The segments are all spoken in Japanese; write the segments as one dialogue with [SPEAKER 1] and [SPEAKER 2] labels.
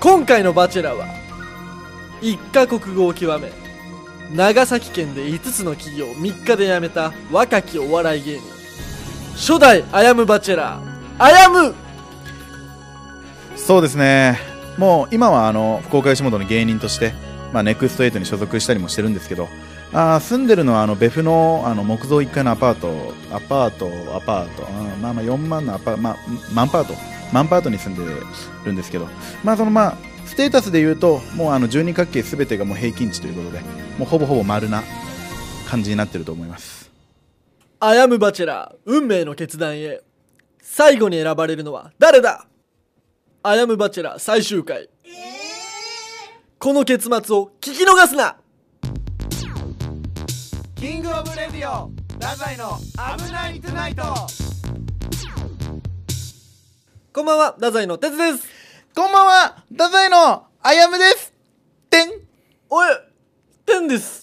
[SPEAKER 1] 今回のバチェラーは、1カ国語を極め、長崎県で5つの企業を3日で辞めた若きお笑い芸人、初代あやむバチェラー、あやむ
[SPEAKER 2] そうですねもう今はあの福岡吉本の芸人として、まあ、ネクストエイトに所属したりもしてるんですけどあー住んでるのはあの別府のあの木造1階のアパートアパートアパートうんまあまあ4万のアパート、まあ、マンパートマンパートに住んでるんですけどまあそのまあステータスで言うともうあの12角形全てがもう平均値ということでもうほぼほぼ丸な感じになってると思います
[SPEAKER 1] あやむバチェラー、運命の決断へ。最後に選ばれるのは誰だあやむバチェラー最終回。この結末を聞き逃すな
[SPEAKER 3] キングオブレディオダザイの危ないトゥナイト
[SPEAKER 1] こんばんは、太宰の哲です。
[SPEAKER 2] こんばんは太宰のあやむですてん
[SPEAKER 1] おい、てんです。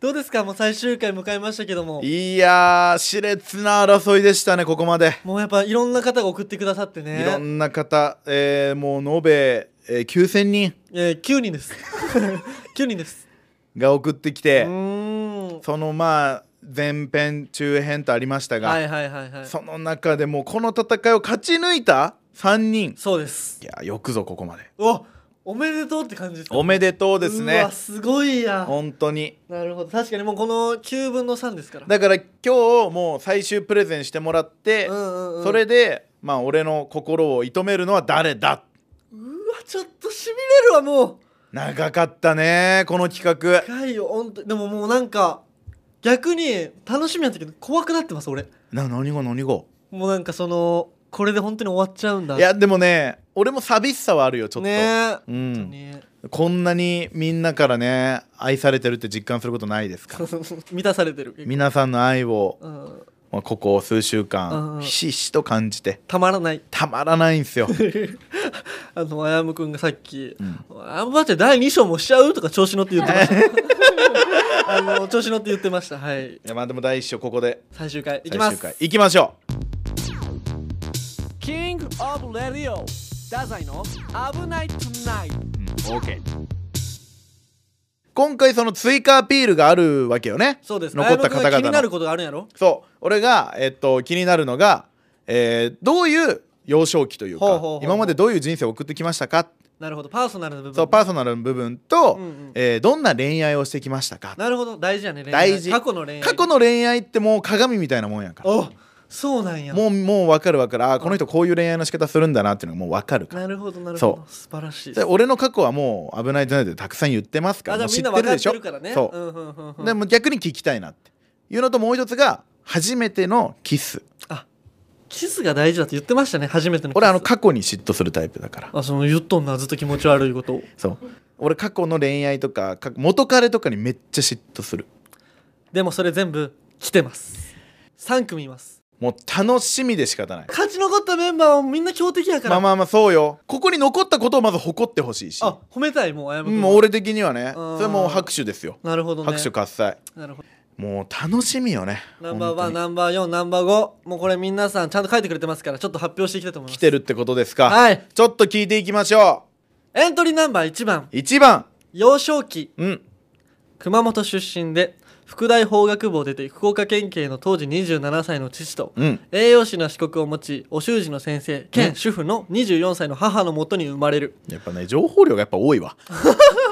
[SPEAKER 1] どうですかもう最終回迎えましたけども。
[SPEAKER 2] いやー熾烈な争いでしたねここまで
[SPEAKER 1] もうやっぱいろんな方が送ってくださってね。
[SPEAKER 2] いろんな方、えーもう延べ、えー9000人
[SPEAKER 1] えー、9人です。9人です。
[SPEAKER 2] が送ってき
[SPEAKER 1] う
[SPEAKER 2] て
[SPEAKER 1] ーん。
[SPEAKER 2] そのまあ前編中編とありましたが、
[SPEAKER 1] はいはいはいはい。そ
[SPEAKER 2] その中でもうこの戦いを勝ち抜いた3人
[SPEAKER 1] うです。
[SPEAKER 2] いやよくぞここまで
[SPEAKER 1] うわ、おめでとうって感じですか
[SPEAKER 2] おめでとうです
[SPEAKER 1] う
[SPEAKER 2] ね
[SPEAKER 1] わ、すごいや。
[SPEAKER 2] 本当に
[SPEAKER 1] なるほど。確かにもうこの9分の3ですから。
[SPEAKER 2] だから今日もう最終プレゼンしてもらって、
[SPEAKER 1] うんうんうん。
[SPEAKER 2] それでまあ俺の心を射止めるのは誰だ
[SPEAKER 1] うわ、ちょっとしびれるわ、もう。
[SPEAKER 2] 長かったねこの企画
[SPEAKER 1] 深いよ、ほんと。でももうなんか、逆に楽しみやったけど、怖くなってます、俺。
[SPEAKER 2] な何が何が
[SPEAKER 1] もうなんかそのこれで本当に終わっちゃうんだ
[SPEAKER 2] いやでもね俺も寂しさはあるよちょっと、
[SPEAKER 1] ねえ、
[SPEAKER 2] う
[SPEAKER 1] 本当
[SPEAKER 2] ん、
[SPEAKER 1] に
[SPEAKER 2] こんなにみんなからね愛されてるって実感することないですから
[SPEAKER 1] 満たされてる、
[SPEAKER 2] 皆さんの愛を、
[SPEAKER 1] うん、
[SPEAKER 2] まあ、ここ数
[SPEAKER 1] う
[SPEAKER 2] 週
[SPEAKER 1] んうん
[SPEAKER 2] 間ひしひしと感じて
[SPEAKER 1] たまらない
[SPEAKER 2] たまらない んすよ、
[SPEAKER 1] あのあやむくんがさっき
[SPEAKER 2] うん
[SPEAKER 1] 「あんばあちゃん第2章もしちゃう?」とか調子乗って言ってました あの調子乗って言ってましたはい
[SPEAKER 2] いやまあでも第一章ここで
[SPEAKER 1] 最終回いき
[SPEAKER 2] 最
[SPEAKER 1] ま
[SPEAKER 2] 終
[SPEAKER 1] す
[SPEAKER 2] 回いきましょう
[SPEAKER 3] キングオブレディオダザイの危ないトゥナイト
[SPEAKER 2] 今回その追加アピールがあるわけよね
[SPEAKER 1] そうです
[SPEAKER 2] 残った
[SPEAKER 1] あやむくん
[SPEAKER 2] 方
[SPEAKER 1] が気にな
[SPEAKER 2] 々
[SPEAKER 1] る
[SPEAKER 2] の
[SPEAKER 1] ことがあるんやろ
[SPEAKER 2] そう俺が、えっと、気になるのが、えーどういう幼少期というか
[SPEAKER 1] ほうほうほうほう
[SPEAKER 2] 今までどういう人生を送ってきましたか
[SPEAKER 1] なるほどパーソナルな部分
[SPEAKER 2] そうパーソナルの部分と、
[SPEAKER 1] うんうん
[SPEAKER 2] えーどんな恋愛をしてきましたか
[SPEAKER 1] なるほど大事やね恋愛
[SPEAKER 2] 大事
[SPEAKER 1] 過去の恋愛
[SPEAKER 2] 過去の恋愛ってもう鏡みたいなもんやから
[SPEAKER 1] おそうなんや
[SPEAKER 2] もうもう分かる分かるあーこの人こういう恋愛の仕方するんだなっていうのがもう分かるから
[SPEAKER 1] なるほどなるほ
[SPEAKER 2] そ
[SPEAKER 1] ど素晴らしい
[SPEAKER 2] で俺の過去はもう「危ないトゥナイト」でたくさん言ってますか
[SPEAKER 1] あ
[SPEAKER 2] ら
[SPEAKER 1] じゃ
[SPEAKER 2] も
[SPEAKER 1] あ
[SPEAKER 2] う
[SPEAKER 1] み
[SPEAKER 2] 知
[SPEAKER 1] ん
[SPEAKER 2] っ
[SPEAKER 1] な
[SPEAKER 2] て
[SPEAKER 1] 分
[SPEAKER 2] る
[SPEAKER 1] かっ
[SPEAKER 2] でして
[SPEAKER 1] るからね
[SPEAKER 2] ょそう、
[SPEAKER 1] んうんうんうん
[SPEAKER 2] でもう逆に聞きたいなっていうのともう一つが初めてのキス
[SPEAKER 1] キスが大事だって言ってましたね初めてのキス
[SPEAKER 2] 俺あの過去に嫉妬するタイプだから
[SPEAKER 1] あその言っとんなずっと気持ち悪いことを
[SPEAKER 2] そう俺過去の恋愛とか過去元彼とかにめっちゃ嫉妬する
[SPEAKER 1] でもそれ全部来てます3組います
[SPEAKER 2] もう楽しみで仕方ない
[SPEAKER 1] 勝ち残ったメンバーはみんな強敵やから
[SPEAKER 2] まあまあまあそうよここに残ったことをまず誇ってほしいし
[SPEAKER 1] あ褒めたいもうあやむ
[SPEAKER 2] うんもう俺的にはね
[SPEAKER 1] うん
[SPEAKER 2] それもう拍手ですよ
[SPEAKER 1] なるほどね
[SPEAKER 2] 拍手喝采
[SPEAKER 1] なるほど
[SPEAKER 2] もう楽しみよね
[SPEAKER 1] ナンバーワン
[SPEAKER 2] 本当に
[SPEAKER 1] ナンバー4ナンバー5もうこれ皆さんちゃんと書いてくれてますからちょっと発表していきたいと思い
[SPEAKER 2] 来
[SPEAKER 1] ます
[SPEAKER 2] てるってことですか
[SPEAKER 1] はい
[SPEAKER 2] ちょっと聞いていきましょ
[SPEAKER 1] エントリーナンバー1番
[SPEAKER 2] う1番
[SPEAKER 1] 幼少期
[SPEAKER 2] うん
[SPEAKER 1] 熊本出身で副大法学部を出て福岡県警の当時27歳の父と、
[SPEAKER 2] うん
[SPEAKER 1] 栄養士の資格を持ちお習字の先生
[SPEAKER 2] う
[SPEAKER 1] 兼
[SPEAKER 2] ん
[SPEAKER 1] 主婦の24歳の母のもとに生まれる
[SPEAKER 2] やっぱね情報量がやっぱ多 いわ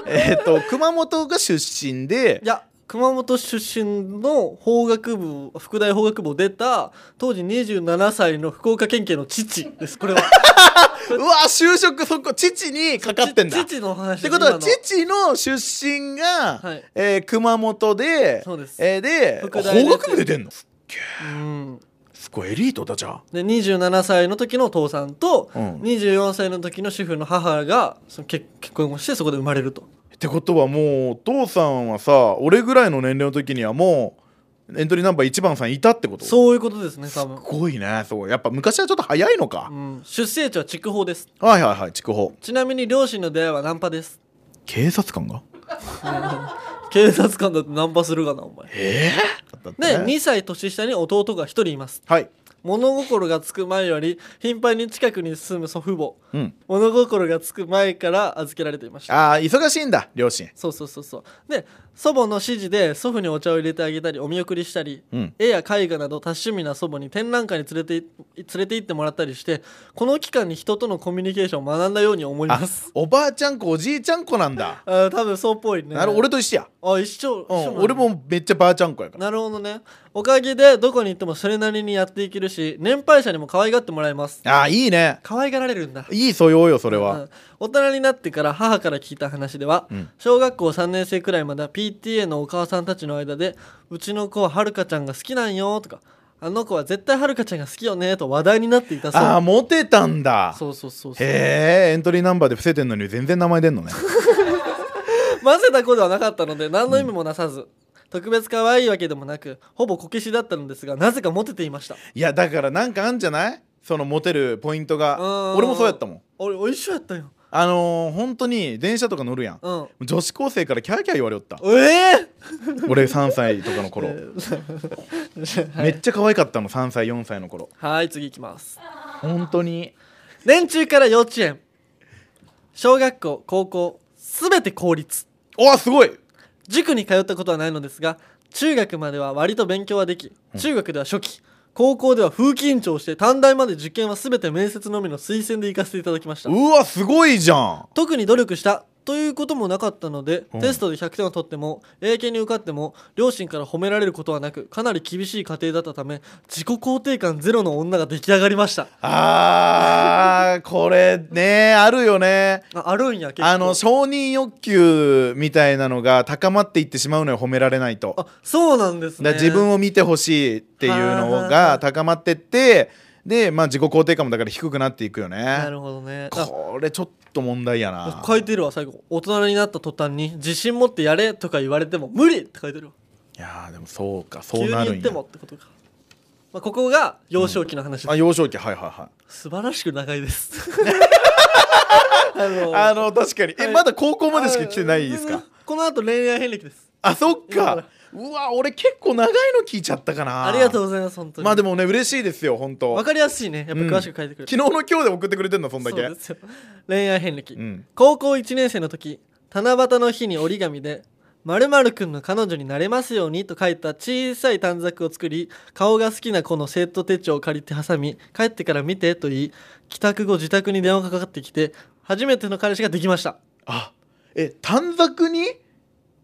[SPEAKER 2] えっと熊本が出身で
[SPEAKER 1] いや熊本出身の法学部副大法学部を出た当時27歳の福岡県警の父ですこれ は
[SPEAKER 2] うわ就職そこ父にかかってんだっ
[SPEAKER 1] 父の話って
[SPEAKER 2] ことは父の出身が、
[SPEAKER 1] はい
[SPEAKER 2] えー熊本で
[SPEAKER 1] そうです
[SPEAKER 2] えーで
[SPEAKER 1] 福大です
[SPEAKER 2] 法学部出てんのすっげえ
[SPEAKER 1] うん
[SPEAKER 2] すごいエリートだじゃん
[SPEAKER 1] で27歳の時のお父さんと、
[SPEAKER 2] うん
[SPEAKER 1] 24歳の時の主婦の母がその結結婚をしてそこで生まれると
[SPEAKER 2] ってことはもうお父さんはさ俺ぐらいの年齢の時にはもうエントリーナンバー1番さんいたってことう
[SPEAKER 1] そういうことですね多分
[SPEAKER 2] すごいねすごいやっぱ昔はちょっと早いのか
[SPEAKER 1] う、ん、出生地は筑豊です
[SPEAKER 2] はいはいはい筑豊
[SPEAKER 1] ちなみに両親の出会いはナンパです
[SPEAKER 2] 警察官が
[SPEAKER 1] 警察官だとナンパするがなお前
[SPEAKER 2] ええ
[SPEAKER 1] で2歳年下に弟が1人います
[SPEAKER 2] はい
[SPEAKER 1] 物心がつく前より頻繁に近くに住む祖父母
[SPEAKER 2] うん
[SPEAKER 1] 物心がつく前から預けられていました
[SPEAKER 2] ああ忙しいんだ両親
[SPEAKER 1] そうそうそうそうで祖母の指示で祖父にお茶を入れてあげたりお見送りしたり、
[SPEAKER 2] うん
[SPEAKER 1] 絵や絵画など多趣味な祖母に展覧会に連れてい連れて行ってもらったりしてこの期間に人とのコミュニケーションを学んだように思い
[SPEAKER 2] あ
[SPEAKER 1] ます
[SPEAKER 2] おばあちゃん子おじいちゃん子なんだ、
[SPEAKER 1] あー多分そうっぽいね
[SPEAKER 2] なる俺と一緒や、
[SPEAKER 1] あ一緒、
[SPEAKER 2] うん
[SPEAKER 1] 一緒なんだ
[SPEAKER 2] 俺もめっちゃばあちゃん子やから
[SPEAKER 1] なるほどねおかげでどこに行ってもそれなりにやっていけるし年配者にも可愛がってもらえます
[SPEAKER 2] ああいいね
[SPEAKER 1] 可愛がられるんだ
[SPEAKER 2] いい素養よそれは、
[SPEAKER 1] うん大人になってから母から聞いた話では、
[SPEAKER 2] うん
[SPEAKER 1] 小学校3年生くらいまでは PTA のお母さんたちの間で「うちの子ははるかちゃんが好きなんよ」とか「あの子は絶対はるかちゃんが好きよね」と話題になっていたそう
[SPEAKER 2] ああモテたんだ
[SPEAKER 1] そうそうそうそう
[SPEAKER 2] へえエントリーナンバーで伏せてんのに全然名前出んのね
[SPEAKER 1] 混ぜた子ではなかったので何の意味もなさず、特別可愛いわけでもなくほぼこけしだったのですがなぜかモテていました
[SPEAKER 2] いやだからなんかあんじゃないそのモテるポイン
[SPEAKER 1] う
[SPEAKER 2] ト
[SPEAKER 1] ー
[SPEAKER 2] が
[SPEAKER 1] ん
[SPEAKER 2] 俺もそうやったもん
[SPEAKER 1] 俺お一緒やったよ
[SPEAKER 2] あのー、本当に電車とか乗るやん
[SPEAKER 1] うん
[SPEAKER 2] 女子高生からキャーキャー言われよった
[SPEAKER 1] ええ
[SPEAKER 2] 俺3歳と かの頃、
[SPEAKER 1] ー
[SPEAKER 2] めっちゃ可愛かったの3歳4歳の頃
[SPEAKER 1] はい次いきます
[SPEAKER 2] 本当に
[SPEAKER 1] 年中から幼稚園小学校高校すべて公立
[SPEAKER 2] おすごい
[SPEAKER 1] 塾に通ったことはないのですが中学までは割と勉強はでき中学では初期高校では風紀委員長をして短大まで受験は全て面接のみの推薦で行かせていただきました
[SPEAKER 2] うわすごいじゃん
[SPEAKER 1] 特に努力したということもなかったので、
[SPEAKER 2] うん
[SPEAKER 1] テストで100点を取っても英検に受かっても両親から褒められることはなくかなり厳しい家庭だったため自己肯定感ゼロの女が出来上がりました
[SPEAKER 2] あーこれねあるよね
[SPEAKER 1] ああるんや結構
[SPEAKER 2] あの承認欲求みたいなのが高まっていってしまうのよ褒められないと
[SPEAKER 1] あそうなんですね
[SPEAKER 2] だから自分を見てほしいっていうのが高まってってでまあ自己肯定感もだから低くなっていくよ
[SPEAKER 1] な
[SPEAKER 2] ね
[SPEAKER 1] るほどねあ
[SPEAKER 2] これちょっと問題やな
[SPEAKER 1] 書いてるわ最後大人になった途端に自信持ってやれとか言われても無理って書いてるわ
[SPEAKER 2] いやーでもそうか
[SPEAKER 1] 急
[SPEAKER 2] そう
[SPEAKER 1] に
[SPEAKER 2] なる
[SPEAKER 1] 言
[SPEAKER 2] ん
[SPEAKER 1] って
[SPEAKER 2] や
[SPEAKER 1] もってことか、まあ、ここが幼少期の話です、
[SPEAKER 2] あ幼少期はいはいはい
[SPEAKER 1] 素晴らしく長いです あの
[SPEAKER 2] あの確かにえ
[SPEAKER 1] はい
[SPEAKER 2] まだ高校までしか来てないです
[SPEAKER 1] あ
[SPEAKER 2] か
[SPEAKER 1] この後恋愛遍歴です
[SPEAKER 2] あそっ
[SPEAKER 1] 今から
[SPEAKER 2] かうわ俺結構長いの聞いちゃったかな
[SPEAKER 1] ありがとうございます本当に
[SPEAKER 2] まあで
[SPEAKER 1] も
[SPEAKER 2] もね嬉しいですよ本当
[SPEAKER 1] 分かりやすいねやっぱ詳しく書いてくれる、
[SPEAKER 2] 昨日の今日で送ってくれてんのそんだけ
[SPEAKER 1] そうですよ恋愛遍歴、
[SPEAKER 2] うん
[SPEAKER 1] 高校1年生の時七夕の日に折り紙で「まるくんの彼女になれますように」と書いた小さい短冊を作り顔が好きな子の生徒手帳を借りて挟み帰ってから見てと言い帰宅後自宅に電話がかかってきて初めての彼氏ができました
[SPEAKER 2] あえ短冊に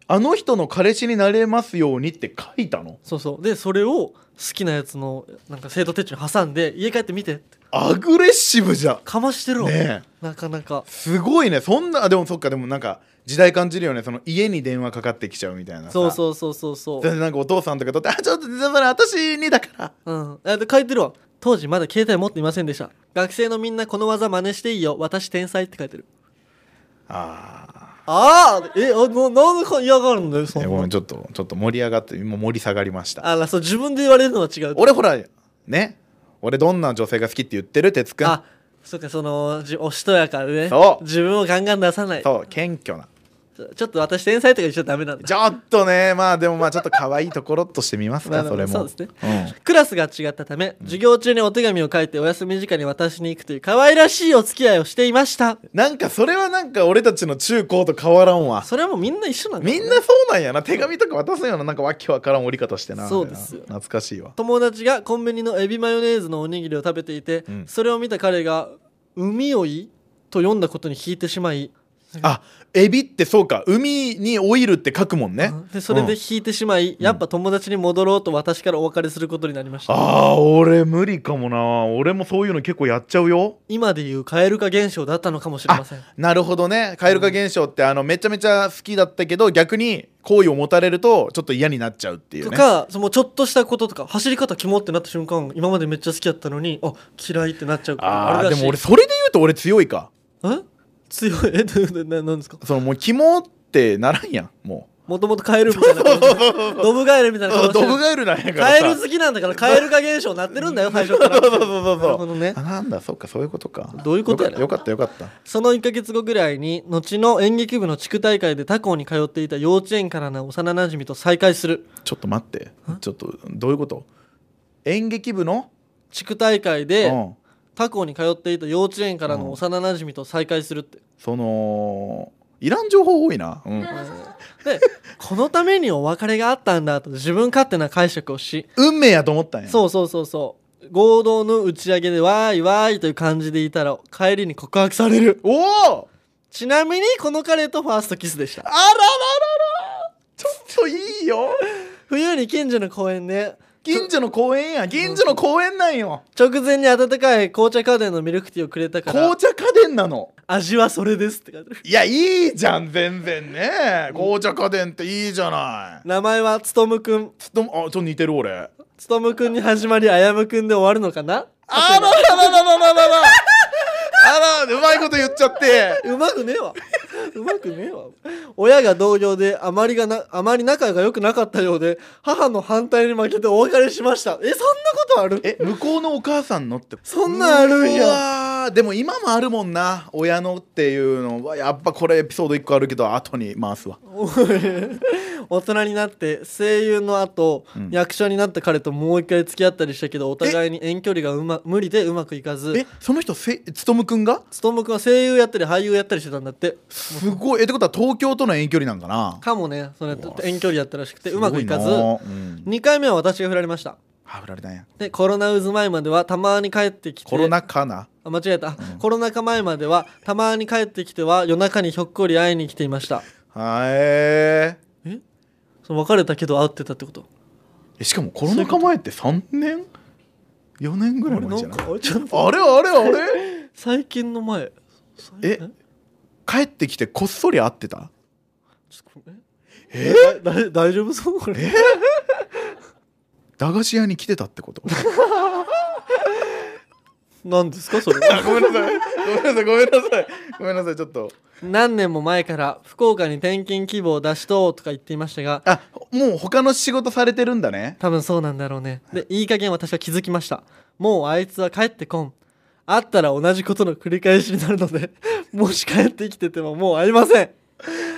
[SPEAKER 2] あの人の彼氏になれますようにって書いたの
[SPEAKER 1] そうそうでそれを好きなやつのなんか生徒手帳に挟んで家帰って見てって
[SPEAKER 2] アグレッシブじゃん
[SPEAKER 1] かましてるわ、
[SPEAKER 2] ねえ
[SPEAKER 1] なかなか
[SPEAKER 2] すごいねそんなあでもそっかでもなんか時代感じるよねその家に電話かかってきちゃうみたいなさ
[SPEAKER 1] そうそうそうそうそう
[SPEAKER 2] でなんかお父さんとかとって「あちょっとそれ私にだから
[SPEAKER 1] うん。あで書いてるわ。当時まだ携帯持っていませんでした。学生のみんなこの技真似していいよ。私天才って書いてる。」
[SPEAKER 2] あ
[SPEAKER 1] ああえ、あななんで嫌がるんだよ、
[SPEAKER 2] あ
[SPEAKER 1] そ
[SPEAKER 2] え
[SPEAKER 1] ん
[SPEAKER 2] ごめ。
[SPEAKER 1] なん
[SPEAKER 2] ちょっとちょっと盛り上がってもう盛り下がりました
[SPEAKER 1] あら、そう、自分で言われるのは違う。
[SPEAKER 2] 俺ほらね俺どんな女性が好きって言ってる哲くん
[SPEAKER 1] あ、そっか、その、じおしとやかでね。
[SPEAKER 2] そう
[SPEAKER 1] 自分をガンガン出さない。
[SPEAKER 2] そう謙虚な
[SPEAKER 1] ちょちょっと私天才とか言っちゃダメなんだ。
[SPEAKER 2] ちょっとねまあでもまあちょっと可愛いところとしてみます
[SPEAKER 1] まあま
[SPEAKER 2] か
[SPEAKER 1] あ
[SPEAKER 2] それも
[SPEAKER 1] そうですね
[SPEAKER 2] うん
[SPEAKER 1] クラスが違ったため、授業中にお手紙を書いてお休み時間に渡しに行くという可愛らしいお付き合いをしていました。
[SPEAKER 2] なんかそれはなんか俺たちの中高と変わらんわ
[SPEAKER 1] それはもうみんな一緒なんだ、
[SPEAKER 2] みんなそうなんやな手紙とか渡すようななんかわけわからん折り方してな
[SPEAKER 1] そうですよ
[SPEAKER 2] 懐かしいわ
[SPEAKER 1] 友達がコンビニのエビマヨネーズのおにぎりを食べていて、
[SPEAKER 2] うん
[SPEAKER 1] それを見た彼が「海おい?」と読んだことに引いてしまい
[SPEAKER 2] あエビってそうか海にオイルって書くもんね
[SPEAKER 1] でそれで
[SPEAKER 2] うん
[SPEAKER 1] 引いてしまい、やっぱ友達に戻ろうと私からお別れすることになりました
[SPEAKER 2] あー俺無理かもな俺もそういうの結構やっちゃうよ
[SPEAKER 1] 今でいう蛙化現象だったのかもしれません
[SPEAKER 2] なるほどね蛙化現象ってあのめちゃめちゃ好きだったけど逆に好意を持たれるとちょっと嫌になっちゃうっていう
[SPEAKER 1] と
[SPEAKER 2] ね
[SPEAKER 1] かそのちょっとしたこととか走り方キモってなった瞬間今までめっちゃ好きやったのにあ嫌いってなっちゃうこと
[SPEAKER 2] あ
[SPEAKER 1] あ
[SPEAKER 2] ー
[SPEAKER 1] る
[SPEAKER 2] で
[SPEAKER 1] らしい
[SPEAKER 2] も俺それで言うと俺強いか
[SPEAKER 1] え強いえどななんですか
[SPEAKER 2] そのもう肝ってならんやん も
[SPEAKER 1] もともとカエルみたいな顔 してドブガエルみたいうな顔して
[SPEAKER 2] ドブガエルなんやから
[SPEAKER 1] カエル
[SPEAKER 2] さ
[SPEAKER 1] 好きなんだからカエル化現象になってるんだ よ最初から
[SPEAKER 2] そうそうそ
[SPEAKER 1] な
[SPEAKER 2] うそ
[SPEAKER 1] る
[SPEAKER 2] う
[SPEAKER 1] ほどね
[SPEAKER 2] あなんだそっかそういうことか
[SPEAKER 1] どういうことやねん
[SPEAKER 2] よかったよかったよかっ
[SPEAKER 1] その1ヶ月後ぐらいに後の演劇部の地区大会で他校に通っていた幼稚園からの幼なじみと再会する
[SPEAKER 2] たちょっと待ってちょっとどういうこと演劇部の
[SPEAKER 1] 地区大会
[SPEAKER 2] う
[SPEAKER 1] で
[SPEAKER 2] ん、
[SPEAKER 1] 他校に通っていた幼稚園からの幼なじみと再会するって、
[SPEAKER 2] そのいらん情報多いな、うん、
[SPEAKER 1] で このためにお別れがあったんだと自分勝手な解釈をし
[SPEAKER 2] 運命やと思ったんや
[SPEAKER 1] そうそうそうそう合同の打ち上げでわーいわーいという感じでいたら帰りに告白される
[SPEAKER 2] おお
[SPEAKER 1] ちなみにこの彼とファーストキスでした
[SPEAKER 2] あららららちょっといいよ
[SPEAKER 1] 冬に近所の公園で
[SPEAKER 2] 近所の公園や近所の公園なんよ
[SPEAKER 1] 直前に温かい紅茶家電のミルクティーをくれたから
[SPEAKER 2] 紅茶家電なの
[SPEAKER 1] 味はそれですって書いてある
[SPEAKER 2] いやいいじゃん全然ね紅茶家電っていいじゃない
[SPEAKER 1] 名前はつとむくん
[SPEAKER 2] ちょっとあちょっと似てる俺
[SPEAKER 1] つとむくんに始まりあやむくんで終わるのかな
[SPEAKER 2] あららららららららあらうまいこと言っちゃって
[SPEAKER 1] うまくねえわうまくねえわ親が同僚であまりがなあまり仲が良くなかったようで母の反対に負けてお別れしましたえそんなことある
[SPEAKER 2] え向こうのお母さんのって
[SPEAKER 1] そんなんあるんや
[SPEAKER 2] うわーでも今もあるもんな親のっていうのはやっぱこれエピソード1個あるけど後に回すわ
[SPEAKER 1] 大人になって声優の後、
[SPEAKER 2] うん
[SPEAKER 1] 役者になった彼ともう一回付き合ったりしたけどお互いに遠距離がう、ま、無理でうまくいかず
[SPEAKER 2] えその人せ勉くんが
[SPEAKER 1] つとむくんは声優やったり俳優やったりしてたんだって
[SPEAKER 2] すごいえってことは東京との遠距離なんかな
[SPEAKER 1] かもねそれ
[SPEAKER 2] うわ
[SPEAKER 1] 遠距離やったらしくてうまくいかず
[SPEAKER 2] すごなうん、
[SPEAKER 1] 2回目は私が振られました
[SPEAKER 2] あ振られたんや
[SPEAKER 1] でコロナ渦前まではたまに帰ってきて
[SPEAKER 2] コロナ禍な
[SPEAKER 1] あ間違えた、コロナ禍前まではたまに帰ってきては夜中にひょっこり会いに来ていました
[SPEAKER 2] はえ
[SPEAKER 1] その別れたけど会ってたってこと
[SPEAKER 2] えしかもコロナ禍前って3年4年ぐらい前じゃない
[SPEAKER 1] あれちょっと
[SPEAKER 2] あれあれあれ
[SPEAKER 1] 最近の前
[SPEAKER 2] え帰ってきてこっそり会ってた
[SPEAKER 1] ちょっとえだだ大丈夫そうこれ
[SPEAKER 2] 駄菓子屋に来てたって こと
[SPEAKER 1] 何ですかそれは
[SPEAKER 2] ごめんなさいごめんなさいごめんなさいごめんなさいちょっと
[SPEAKER 1] 何年も前から福岡に転勤希望を出しととか言っていましたが
[SPEAKER 2] あもう他の仕事されてるんだね
[SPEAKER 1] 多分そうなんだろうねでいい加減私は気づきましたもうあいつは帰ってこん会ったら同じことの繰り返しになるので もし帰ってきててももう会いません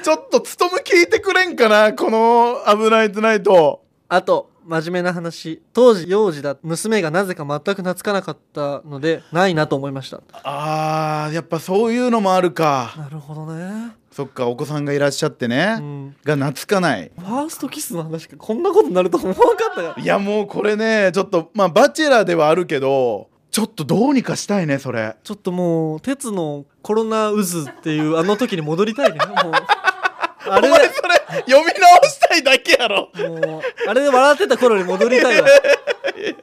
[SPEAKER 2] ちょっと勤め聞いてくれんかなこの「危ないトゥナイト
[SPEAKER 1] あと真面目な話当時幼児だ娘がなぜか全く懐かなかったのでないなと思いました」
[SPEAKER 2] あーやっぱそういうのもあるか
[SPEAKER 1] なるほどね
[SPEAKER 2] そっかお子さんがいらっしゃって
[SPEAKER 1] う
[SPEAKER 2] ね、
[SPEAKER 1] ん
[SPEAKER 2] が懐かない
[SPEAKER 1] ファーストキスの話がこんなことになると思わなかったから
[SPEAKER 2] いやもうこれねちょっとまあバチェラーではあるけどちょっとどうにかしたいねそれ
[SPEAKER 1] ちょっともう鉄のコロナ渦っていうあの時に戻りたいね もうあれ
[SPEAKER 2] お前それ読み直したいだけやろ
[SPEAKER 1] もうあれで笑ってた頃に戻りたいわ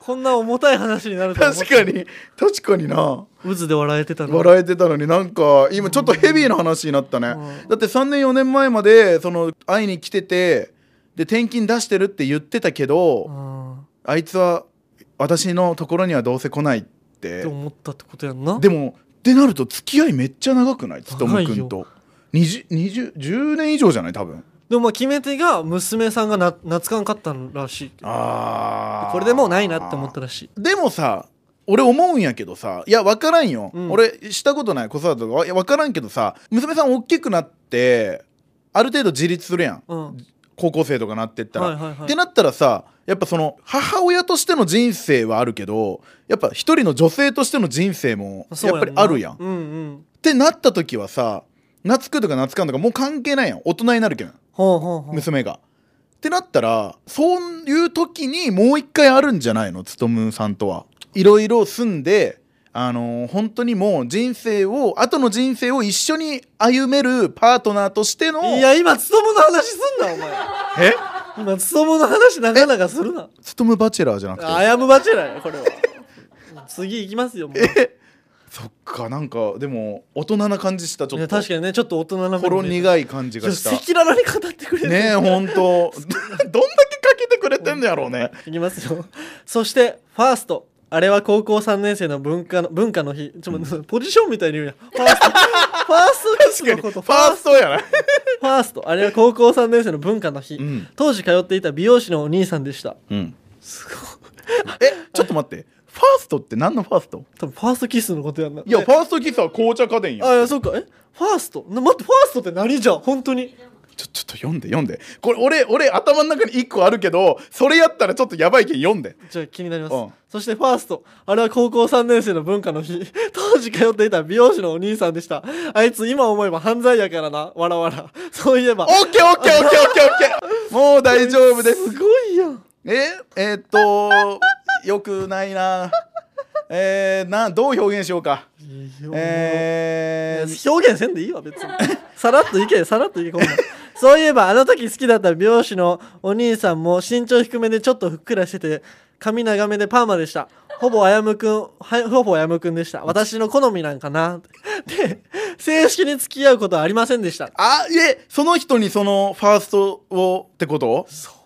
[SPEAKER 1] こんな重たい話になるとは思っ
[SPEAKER 2] 確かに確かにな
[SPEAKER 1] 渦で笑えてたの
[SPEAKER 2] 笑えてたのになんか今ちょっとヘビーな話になったね、
[SPEAKER 1] うん
[SPEAKER 2] だって3年4年前までその会いに来ててで転勤出してるって言ってたけど、
[SPEAKER 1] うんっ
[SPEAKER 2] あいつは私のところにはどうせ来ないって
[SPEAKER 1] て思ったってことやんな
[SPEAKER 2] でもってなると付き合いめっちゃ長くないつとむく
[SPEAKER 1] 長いよ
[SPEAKER 2] んと 20, 20 10年以上じゃない多分
[SPEAKER 1] でもまあ決め手が娘さんがな懐かんかったらしい
[SPEAKER 2] あ
[SPEAKER 1] これでもうないなって思ったらしい
[SPEAKER 2] でもさ俺思うんやけどさいや分からんよ、
[SPEAKER 1] うん
[SPEAKER 2] 俺したことない子育てとかいや分からんけどさ娘さん大きくなってある程度自立するやん
[SPEAKER 1] うん
[SPEAKER 2] 高校生とかなってったら、
[SPEAKER 1] はいはいはい
[SPEAKER 2] ってなったらさやっぱその母親としての人生はあるけどやっぱ一人の女性としての人生も
[SPEAKER 1] そう
[SPEAKER 2] や
[SPEAKER 1] や
[SPEAKER 2] っ
[SPEAKER 1] ん
[SPEAKER 2] ぱ
[SPEAKER 1] な
[SPEAKER 2] りあるやん。っ
[SPEAKER 1] うんうん
[SPEAKER 2] てなった時はさ夏くんとか夏かんとかもう関係ないやん大人になるけん
[SPEAKER 1] ほうほうほう
[SPEAKER 2] 娘が。ってなったらそういう時にもう一回あるんじゃないのつとむさんとは。いろいろ住んであのー本当にもう人生を後の人生を一緒に歩めるパートナーとしての
[SPEAKER 1] いや今つとむの話すんなお前
[SPEAKER 2] え
[SPEAKER 1] 今つとむの話なかなかするな
[SPEAKER 2] つとむバチェラーじゃなくて
[SPEAKER 1] あやむバチェラーやこれは次行きますよもう
[SPEAKER 2] そっかなんかでも大人な感じしたちょ
[SPEAKER 1] い
[SPEAKER 2] っ
[SPEAKER 1] や
[SPEAKER 2] と
[SPEAKER 1] 確かにねちょっと大人な
[SPEAKER 2] 心
[SPEAKER 1] に
[SPEAKER 2] 苦い感じがした
[SPEAKER 1] 赤裸々に語ってくれる
[SPEAKER 2] ねえ ほんとどんだけかけてくれてんのやろうね
[SPEAKER 1] いきますよそしてファーストあれは高校3年生の文化の文化の日ちょっと待ってポジションみたいに言うやんファーストファーストキス
[SPEAKER 2] 確か
[SPEAKER 1] の
[SPEAKER 2] に
[SPEAKER 1] こ
[SPEAKER 2] フ
[SPEAKER 1] と
[SPEAKER 2] ァーストやな
[SPEAKER 1] ファーストあれは高校3年生の文化の日、
[SPEAKER 2] ん
[SPEAKER 1] 当時通っていた美容師のお兄さんでした
[SPEAKER 2] うん
[SPEAKER 1] すごい
[SPEAKER 2] えちょっと待ってファーストって何のファースト
[SPEAKER 1] 多分ファーストキスのことやんない
[SPEAKER 2] いや
[SPEAKER 1] ね
[SPEAKER 2] ファーストキスは紅茶家電や
[SPEAKER 1] あいやそっかえファーストな待ってファーストって何じゃん本当に
[SPEAKER 2] ちょちょっと読んで読んでこれ俺俺頭の中に1個あるけどそれやったらちょっとやばいけん読んで
[SPEAKER 1] じゃあ気になります、
[SPEAKER 2] うん
[SPEAKER 1] そしてファーストあれは高校3年生の文化の日当時通っていた美容師のお兄さんでしたあいつ今思えば犯罪やからなわらわらそういえば
[SPEAKER 2] オッケーオッケーオッケーオッケーオッケーもう大丈夫です
[SPEAKER 1] すごいやん
[SPEAKER 2] ええーっとよくないなえー、などう表現しようかえー、
[SPEAKER 1] 表現せんでいいわ別に さらっといけさらっといけこんなんそういえばあの時好きだった美容師のお兄さんも身長低めでちょっとふっくらしてて髪長めでパーマでしたほぼあやむくん はほぼあやむくんでした私の好みなんかな で正式に付き合うことはありませんでした
[SPEAKER 2] あえその人にそのファーストをってことそう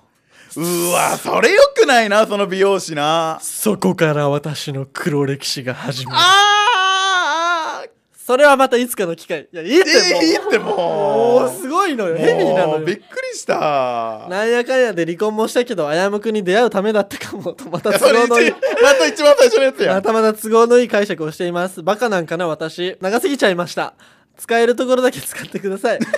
[SPEAKER 2] うわそれよくないなその美容師な
[SPEAKER 1] そこから私の黒歴史が始まる
[SPEAKER 2] あーあー
[SPEAKER 1] それはまたいつかの機会いやいいって
[SPEAKER 2] えー、いいって
[SPEAKER 1] もう
[SPEAKER 2] も
[SPEAKER 1] もう
[SPEAKER 2] う
[SPEAKER 1] すごいのよヘビーな
[SPEAKER 2] も
[SPEAKER 1] の
[SPEAKER 2] うびっ
[SPEAKER 1] よ
[SPEAKER 2] くりした
[SPEAKER 1] なんやかんやで離婚もしたけどあやむくんに出会うためだったかも とまた
[SPEAKER 2] いや
[SPEAKER 1] 都
[SPEAKER 2] それ
[SPEAKER 1] 合
[SPEAKER 2] 一
[SPEAKER 1] のいい
[SPEAKER 2] また一番最初のやつや
[SPEAKER 1] またまた都合のいい解釈をしていますバカなんかな私長すぎちゃいました使えるところだけ使ってください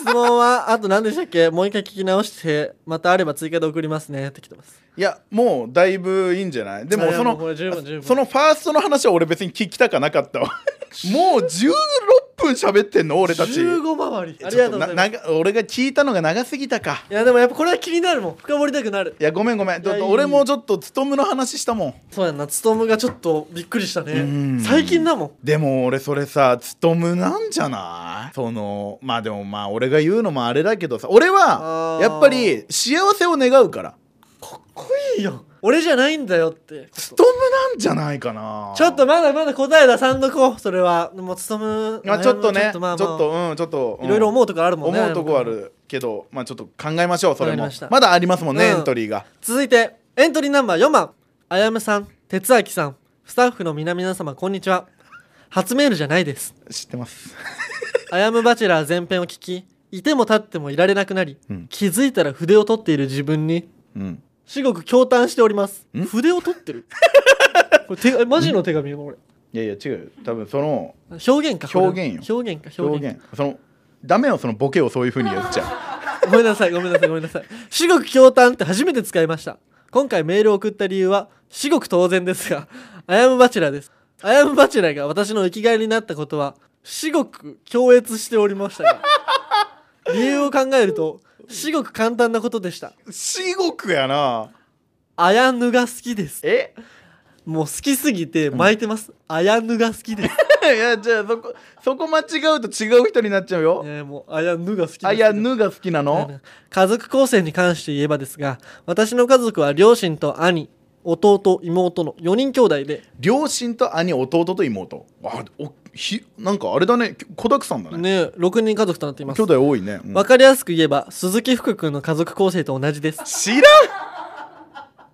[SPEAKER 1] 質問はあと何でしたっけもう一回聞き直してまたあれば追加で送りますねって来てます
[SPEAKER 2] いやもうだいぶいいんじゃないで
[SPEAKER 1] い
[SPEAKER 2] も
[SPEAKER 1] や
[SPEAKER 2] そ
[SPEAKER 1] もうこ
[SPEAKER 2] の
[SPEAKER 1] れ十分十分
[SPEAKER 2] そのファーストの話は俺別に聞きたかなかったわもう16分喋ってんの俺たち
[SPEAKER 1] 15回りありがとうございます
[SPEAKER 2] ちょっとな長俺が聞いたのが長すぎたか
[SPEAKER 1] いやでもやっぱこれは気になるもん深掘りたくなる
[SPEAKER 2] いやごめんごめんちょっ
[SPEAKER 1] いや
[SPEAKER 2] と
[SPEAKER 1] いい
[SPEAKER 2] 俺もちょっとツトムの話したもん
[SPEAKER 1] そうやんなつとむがちょっとびっくりしたね
[SPEAKER 2] ん
[SPEAKER 1] 最近だもん
[SPEAKER 2] でも俺それさツトムなんじゃないそのまあでもまあ俺が言うのもあれだけどさ俺
[SPEAKER 1] あ
[SPEAKER 2] は
[SPEAKER 1] ー
[SPEAKER 2] やっぱり幸せを願うから
[SPEAKER 1] かっこいいよ俺じゃないんだよって
[SPEAKER 2] ツトムなんじゃないかな
[SPEAKER 1] ちょっとまだまだ答え出さんとこうそれはもうつとむ
[SPEAKER 2] まあちょっとねちょっと,、
[SPEAKER 1] まあまあ
[SPEAKER 2] うんちょっと、うん
[SPEAKER 1] いろいろ思うとこあるもんね
[SPEAKER 2] 思うとこあるけどまあちょっと考えましょうそれ
[SPEAKER 1] わかり
[SPEAKER 2] も
[SPEAKER 1] ました
[SPEAKER 2] まだありますもんね、
[SPEAKER 1] うん
[SPEAKER 2] エントリーが
[SPEAKER 1] 続いてエントリーナンバー4番あやむさん哲明さんスタッフの皆々様こんにちは初メールじゃないです
[SPEAKER 2] 知ってます
[SPEAKER 1] アヤムバチェラー全編を聞きいても立ってもいられなくなり、
[SPEAKER 2] うん
[SPEAKER 1] 気づいたら筆を取っている自分に
[SPEAKER 2] うん
[SPEAKER 1] 至極驚嘆しております
[SPEAKER 2] ん
[SPEAKER 1] 筆を取って るこれ手マジの手紙よこれ
[SPEAKER 2] いやいや違うよ多分その
[SPEAKER 1] 表現かこれ
[SPEAKER 2] 表現
[SPEAKER 1] 表現か表現
[SPEAKER 2] 表現そのダメよそのボケをそういう風に言っ ちゃ
[SPEAKER 1] ごめんなさいごめんなさいごめんなさい至極驚嘆って初めて使いました今回メールを送った理由は至極当然ですがアヤムバチェラーですアヤムバチェラーが私の生きがいになったことは至極強越しておりましたが理由を考えると至極簡単なことでした
[SPEAKER 2] う至極やな
[SPEAKER 1] アヤヌが好きです
[SPEAKER 2] え
[SPEAKER 1] もう好きすぎて巻いてます、アヤヌが好きです
[SPEAKER 2] いやじゃあそこそこ間違うと違う人になっちゃうよ、
[SPEAKER 1] ねえもうアヤヌが好きです
[SPEAKER 2] あいやぬが好きなの
[SPEAKER 1] 家族構成に関して言えばですが私の家族は両親と兄弟妹の4人兄弟で、
[SPEAKER 2] 両親と兄弟と妹あおひなんかあれだね子だくさんだね
[SPEAKER 1] ね、6人家族となっていま
[SPEAKER 2] 兄
[SPEAKER 1] す
[SPEAKER 2] 弟多いね、うん
[SPEAKER 1] わかりやすく言えば鈴木福君の家族構成と同じです
[SPEAKER 2] 知らん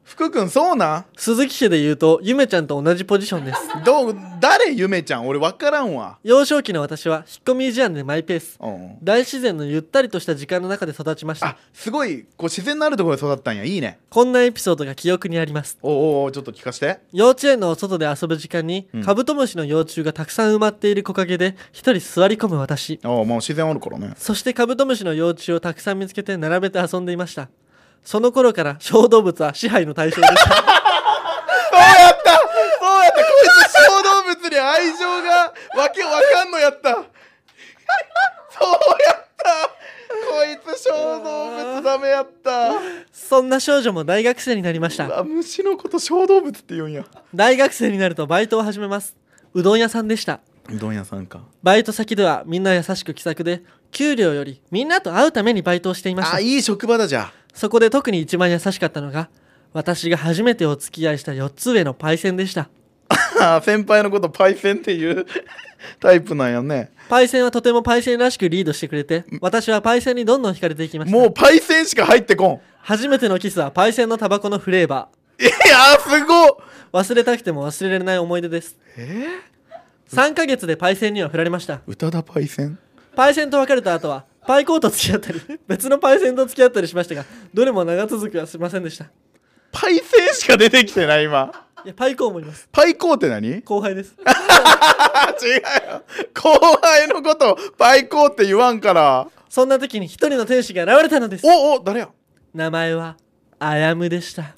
[SPEAKER 2] 福君そうなん
[SPEAKER 1] 鈴木家で言うとゆめちゃんと同じポジションです
[SPEAKER 2] どう誰ゆめちゃん俺分からんわ
[SPEAKER 1] 幼少期の私は引っ込み思案でマイペース
[SPEAKER 2] うん
[SPEAKER 1] 大自然のゆったりとした時間の中で育ちました
[SPEAKER 2] あすごいこう自然のあるところで育ったんやいいね
[SPEAKER 1] こんなエピソードが記憶にあります
[SPEAKER 2] おうおうおうちょっと聞かして
[SPEAKER 1] 幼稚園のお外で遊ぶ時間に、
[SPEAKER 2] うん
[SPEAKER 1] カブトムシの幼虫がたくさん埋まっている木陰で一人座り込む私
[SPEAKER 2] ああもう自然あるからね
[SPEAKER 1] そしてカブトムシの幼虫をたくさん見つけて並べて遊んでいました。その頃から小動物は支配の対象でした。
[SPEAKER 2] そうやったそうやったこいつ小動物に愛情がわけわかんのやったそうやったこいつ小動物ダメやった
[SPEAKER 1] そんな少女も大学生になりました。
[SPEAKER 2] あ虫のこと小動物って言うんや
[SPEAKER 1] 大学生になるとバイトを始めます。うどん屋さんでした。
[SPEAKER 2] うどん屋さんか
[SPEAKER 1] バイト先ではみんな優しく気さくで、給料よりみんなと会うためにバイトをしていまし
[SPEAKER 2] あ
[SPEAKER 1] た。
[SPEAKER 2] いい職場だじゃ
[SPEAKER 1] そこで特に一番優しかったのが、私が初めてお付き合いした4つ上のパイセンでした。
[SPEAKER 2] あ先輩のことパイセンっていうタイプなんやね
[SPEAKER 1] パイセンはとてもパイセンらしくリードしてくれて、私はパイセンにどんどん惹かれていきました。
[SPEAKER 2] もうパイセンしか入ってこん
[SPEAKER 1] 初めてのキスはパイセンのタバコのフレーバー。
[SPEAKER 2] いやーすごっ
[SPEAKER 1] 忘れたくても忘れられない思い出です
[SPEAKER 2] え
[SPEAKER 1] 3ヶ月でパイセンには振られました
[SPEAKER 2] 宇多田パイセン
[SPEAKER 1] パイセンと別れた後はパイコーと付き合ったり 別のパイセンと付き合ったりしましたがどれも長続きはしませんでした
[SPEAKER 2] パイセンしか出てきてない今
[SPEAKER 1] いやパイコーもいます
[SPEAKER 2] パイコーって何
[SPEAKER 1] 後輩です
[SPEAKER 2] あ違うよ後輩のことパイコーって言わんから
[SPEAKER 1] そんな時に一人の天使が現れたのです
[SPEAKER 2] おお誰や
[SPEAKER 1] 名前はアヤムでした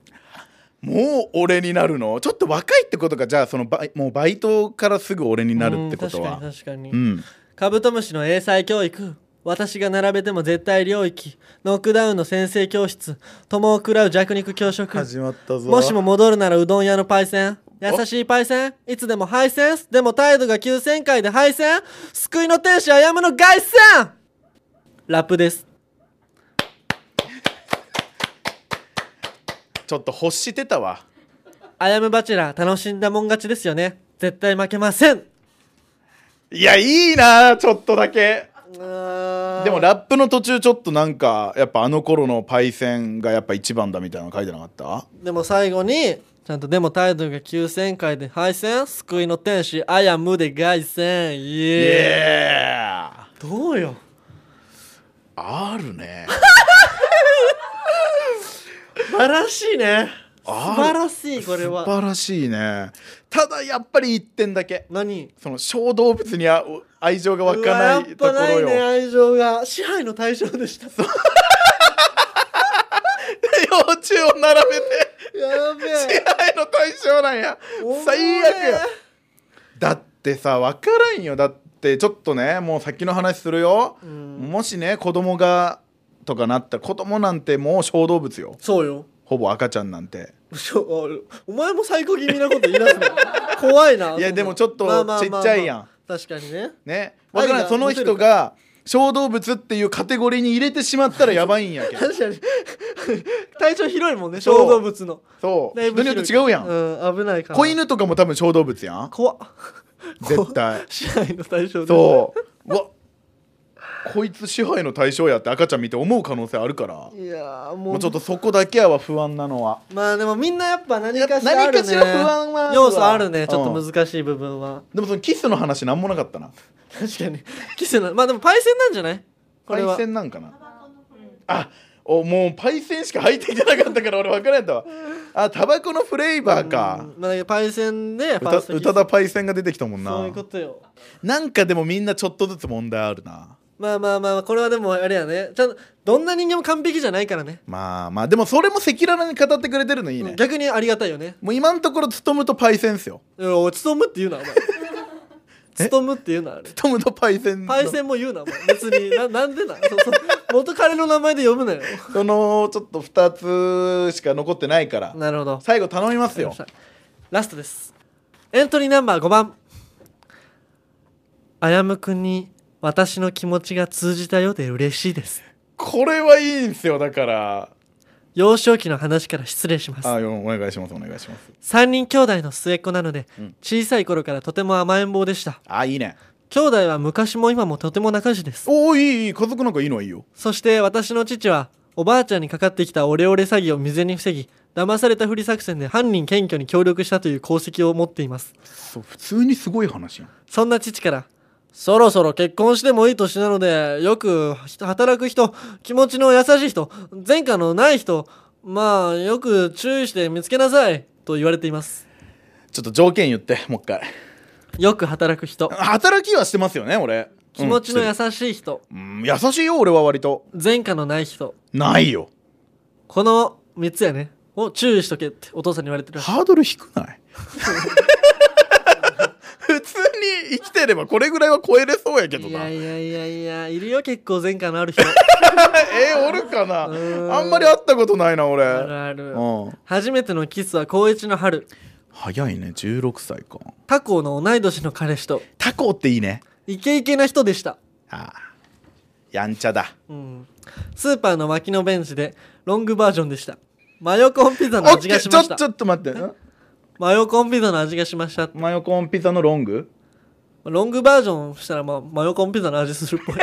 [SPEAKER 2] もう俺になるのちょっと若いってことかじゃあそのバイもうバイトからすぐ俺になるってこと
[SPEAKER 1] うん
[SPEAKER 2] は
[SPEAKER 1] 確かに確
[SPEAKER 2] う
[SPEAKER 1] かに、
[SPEAKER 2] ん
[SPEAKER 1] カブトムシの英才教育私が並べても絶対領域ノックダウンの先生教室友を食らう弱肉強食
[SPEAKER 2] まったぞ
[SPEAKER 1] もしも戻るならうどん屋のパイセン優しいパイセンいつでも敗戦でも態度が急旋回で敗戦救いの天使あやむの凱旋ラップです
[SPEAKER 2] ちょっと欲してたわ
[SPEAKER 1] あやむバチェラー楽しんだもん勝ちですよね絶対負けません
[SPEAKER 2] いやいいなちょっとだけ
[SPEAKER 1] で
[SPEAKER 2] で
[SPEAKER 1] も
[SPEAKER 2] もラップの途中ちょっとなんかやっぱあの頃のパイセンがやっぱ一番だみたいなの書いてなかった
[SPEAKER 1] でも最後にちゃんとでも態度が急旋回で敗戦救いの天使あやむで凱旋イ
[SPEAKER 2] イ
[SPEAKER 1] エ
[SPEAKER 2] エー
[SPEAKER 1] ーイどうよ
[SPEAKER 2] あるね
[SPEAKER 1] 素晴らしいね素
[SPEAKER 2] あ
[SPEAKER 1] 晴らしい これ
[SPEAKER 2] 素
[SPEAKER 1] は
[SPEAKER 2] 晴らしいねただやっぱり一点だけ
[SPEAKER 1] 何
[SPEAKER 2] その小動物にあお愛情が湧かないうとこ
[SPEAKER 1] わやっ
[SPEAKER 2] ろ
[SPEAKER 1] ぱ
[SPEAKER 2] よ、
[SPEAKER 1] ないね愛情が支配の対象でしたや
[SPEAKER 2] 幼虫を並べて
[SPEAKER 1] べ
[SPEAKER 2] 支
[SPEAKER 1] え
[SPEAKER 2] 配の対象なんや 最悪やだってさ分からんよだってちょっとねもう先の話するよ、
[SPEAKER 1] ん
[SPEAKER 2] もしね子供がとかなったら子供なんてもう小動物よ
[SPEAKER 1] そうよ
[SPEAKER 2] ほぼ赤ちゃんなんて
[SPEAKER 1] しょあお前も最高気味なこと言い出すの 怖いない
[SPEAKER 2] いやでもちょっとちっちゃいやん
[SPEAKER 1] 確かにね
[SPEAKER 2] ね分から
[SPEAKER 1] 愛が
[SPEAKER 2] んその人が小動物っていうカテゴリーに入れてしまったらやばいんやけど
[SPEAKER 1] 確かに体調広いもんね
[SPEAKER 2] そう
[SPEAKER 1] 小動物の
[SPEAKER 2] そう
[SPEAKER 1] だい
[SPEAKER 2] 人
[SPEAKER 1] ぶ
[SPEAKER 2] によ
[SPEAKER 1] 広い
[SPEAKER 2] って違うやん、
[SPEAKER 1] うん危ないから
[SPEAKER 2] 子犬とかも多分小動物やん
[SPEAKER 1] 怖っ
[SPEAKER 2] 絶対
[SPEAKER 1] 支配の対象で
[SPEAKER 2] そううわこいつ支配の対象やって赤ちゃん見て思う可能性あるから
[SPEAKER 1] いやーもう
[SPEAKER 2] もうちょっとそこだけやわ不安なのは
[SPEAKER 1] まあでもみんなやっぱ何かしらある、ね、
[SPEAKER 2] 何かしら不安はあるわ
[SPEAKER 1] 要素あるねちょっ
[SPEAKER 2] う
[SPEAKER 1] と難しい部分は、
[SPEAKER 2] でもそのキスの話なんもなかったな
[SPEAKER 1] 確かにキスなまあでもパイセンなんじゃないこ
[SPEAKER 2] パ
[SPEAKER 1] れ
[SPEAKER 2] イ
[SPEAKER 1] は
[SPEAKER 2] センなんかなあおもうパイセンしか入ってきてなかったから俺分からんやったわあタバコのフレーバーか
[SPEAKER 1] うんまあ、だけどパイセンでファー
[SPEAKER 2] 歌
[SPEAKER 1] ストキス
[SPEAKER 2] ただパイセンが出てきたもんな
[SPEAKER 1] そういうことよ
[SPEAKER 2] なんかでもみんなちょっとずつ問題あるな
[SPEAKER 1] まあまあまあこれはでもあれやねちゃんとどんな人間も完璧じゃないからね
[SPEAKER 2] まあまあでもそれも赤裸々に語ってくれてるのいいね、
[SPEAKER 1] 逆にありがたいよね
[SPEAKER 2] もう今のところ勤むとパイセンっすよ
[SPEAKER 1] いやおい勤むって言うなお 前勤むって言うなあれ
[SPEAKER 2] 勤むとパイセンの
[SPEAKER 1] パイセンも言うなお前別にななんでなそそ元彼の名前で呼ぶな よ
[SPEAKER 2] そのちょっと2つしか残ってないから
[SPEAKER 1] なるほど
[SPEAKER 2] 最後頼みますよ
[SPEAKER 1] ラストですエントリーナンバー5番あやむくんに私の気持ちが通じたようで嬉しいです
[SPEAKER 2] これはいいんすよだから
[SPEAKER 1] 幼少期の話から失礼します
[SPEAKER 2] あよお願いしますお願いします
[SPEAKER 1] 3人兄弟の末っ子なので、
[SPEAKER 2] うん
[SPEAKER 1] 小さい頃からとても甘えん坊でした
[SPEAKER 2] あいいね
[SPEAKER 1] 兄弟は昔も今もとても仲良しです
[SPEAKER 2] おおいいいい家族なんかいいのはいいよ
[SPEAKER 1] そして私の父はおばあちゃんにかかってきたオレオレ詐欺を未然に防ぎ騙されたふり作戦で犯人検挙に協力したという功績を持っています
[SPEAKER 2] そう普通にすごい話やん
[SPEAKER 1] そんな父からそろそろ結婚してもいい年なのでよく働く人気持ちの優しい人前科のない人まあよく注意して見つけなさいと言われています
[SPEAKER 2] ちょっと条件言ってもう一回
[SPEAKER 1] よく働く人
[SPEAKER 2] 働きはしてますよね俺
[SPEAKER 1] 気持ちの
[SPEAKER 2] うん
[SPEAKER 1] 優
[SPEAKER 2] して
[SPEAKER 1] しい人、
[SPEAKER 2] るうん優しいよ俺は割と
[SPEAKER 1] 前科のない人
[SPEAKER 2] ないよ
[SPEAKER 1] この3つやねを注意しとけってお父さんに言われてる
[SPEAKER 2] ハードル低ない普通に生きてればこれぐらいは超えれそうやけど
[SPEAKER 1] い
[SPEAKER 2] な
[SPEAKER 1] や
[SPEAKER 2] え
[SPEAKER 1] いやいやいやいるよ結構前科のある人
[SPEAKER 2] おるかな
[SPEAKER 1] うん
[SPEAKER 2] あんまり会ったことないな俺
[SPEAKER 1] あるある
[SPEAKER 2] うん
[SPEAKER 1] 初めてのキスは高一の春
[SPEAKER 2] 早いね16歳か
[SPEAKER 1] 他校の同い年の彼氏と
[SPEAKER 2] タコっていいね
[SPEAKER 1] イケイケな人でした
[SPEAKER 2] ああやんちゃだ
[SPEAKER 1] うんスーパーの脇のベンチでロングバージョンでしたマヨコーンピザの
[SPEAKER 2] オッ
[SPEAKER 1] 味
[SPEAKER 2] ケー
[SPEAKER 1] がし
[SPEAKER 2] ちょ
[SPEAKER 1] ました
[SPEAKER 2] ちょっと待ってん
[SPEAKER 1] マヨコーンピザの味がしました
[SPEAKER 2] マヨコーンピザのロング
[SPEAKER 1] ロングバージョンしたら、まあ、マヨコーンピザの味するっぽい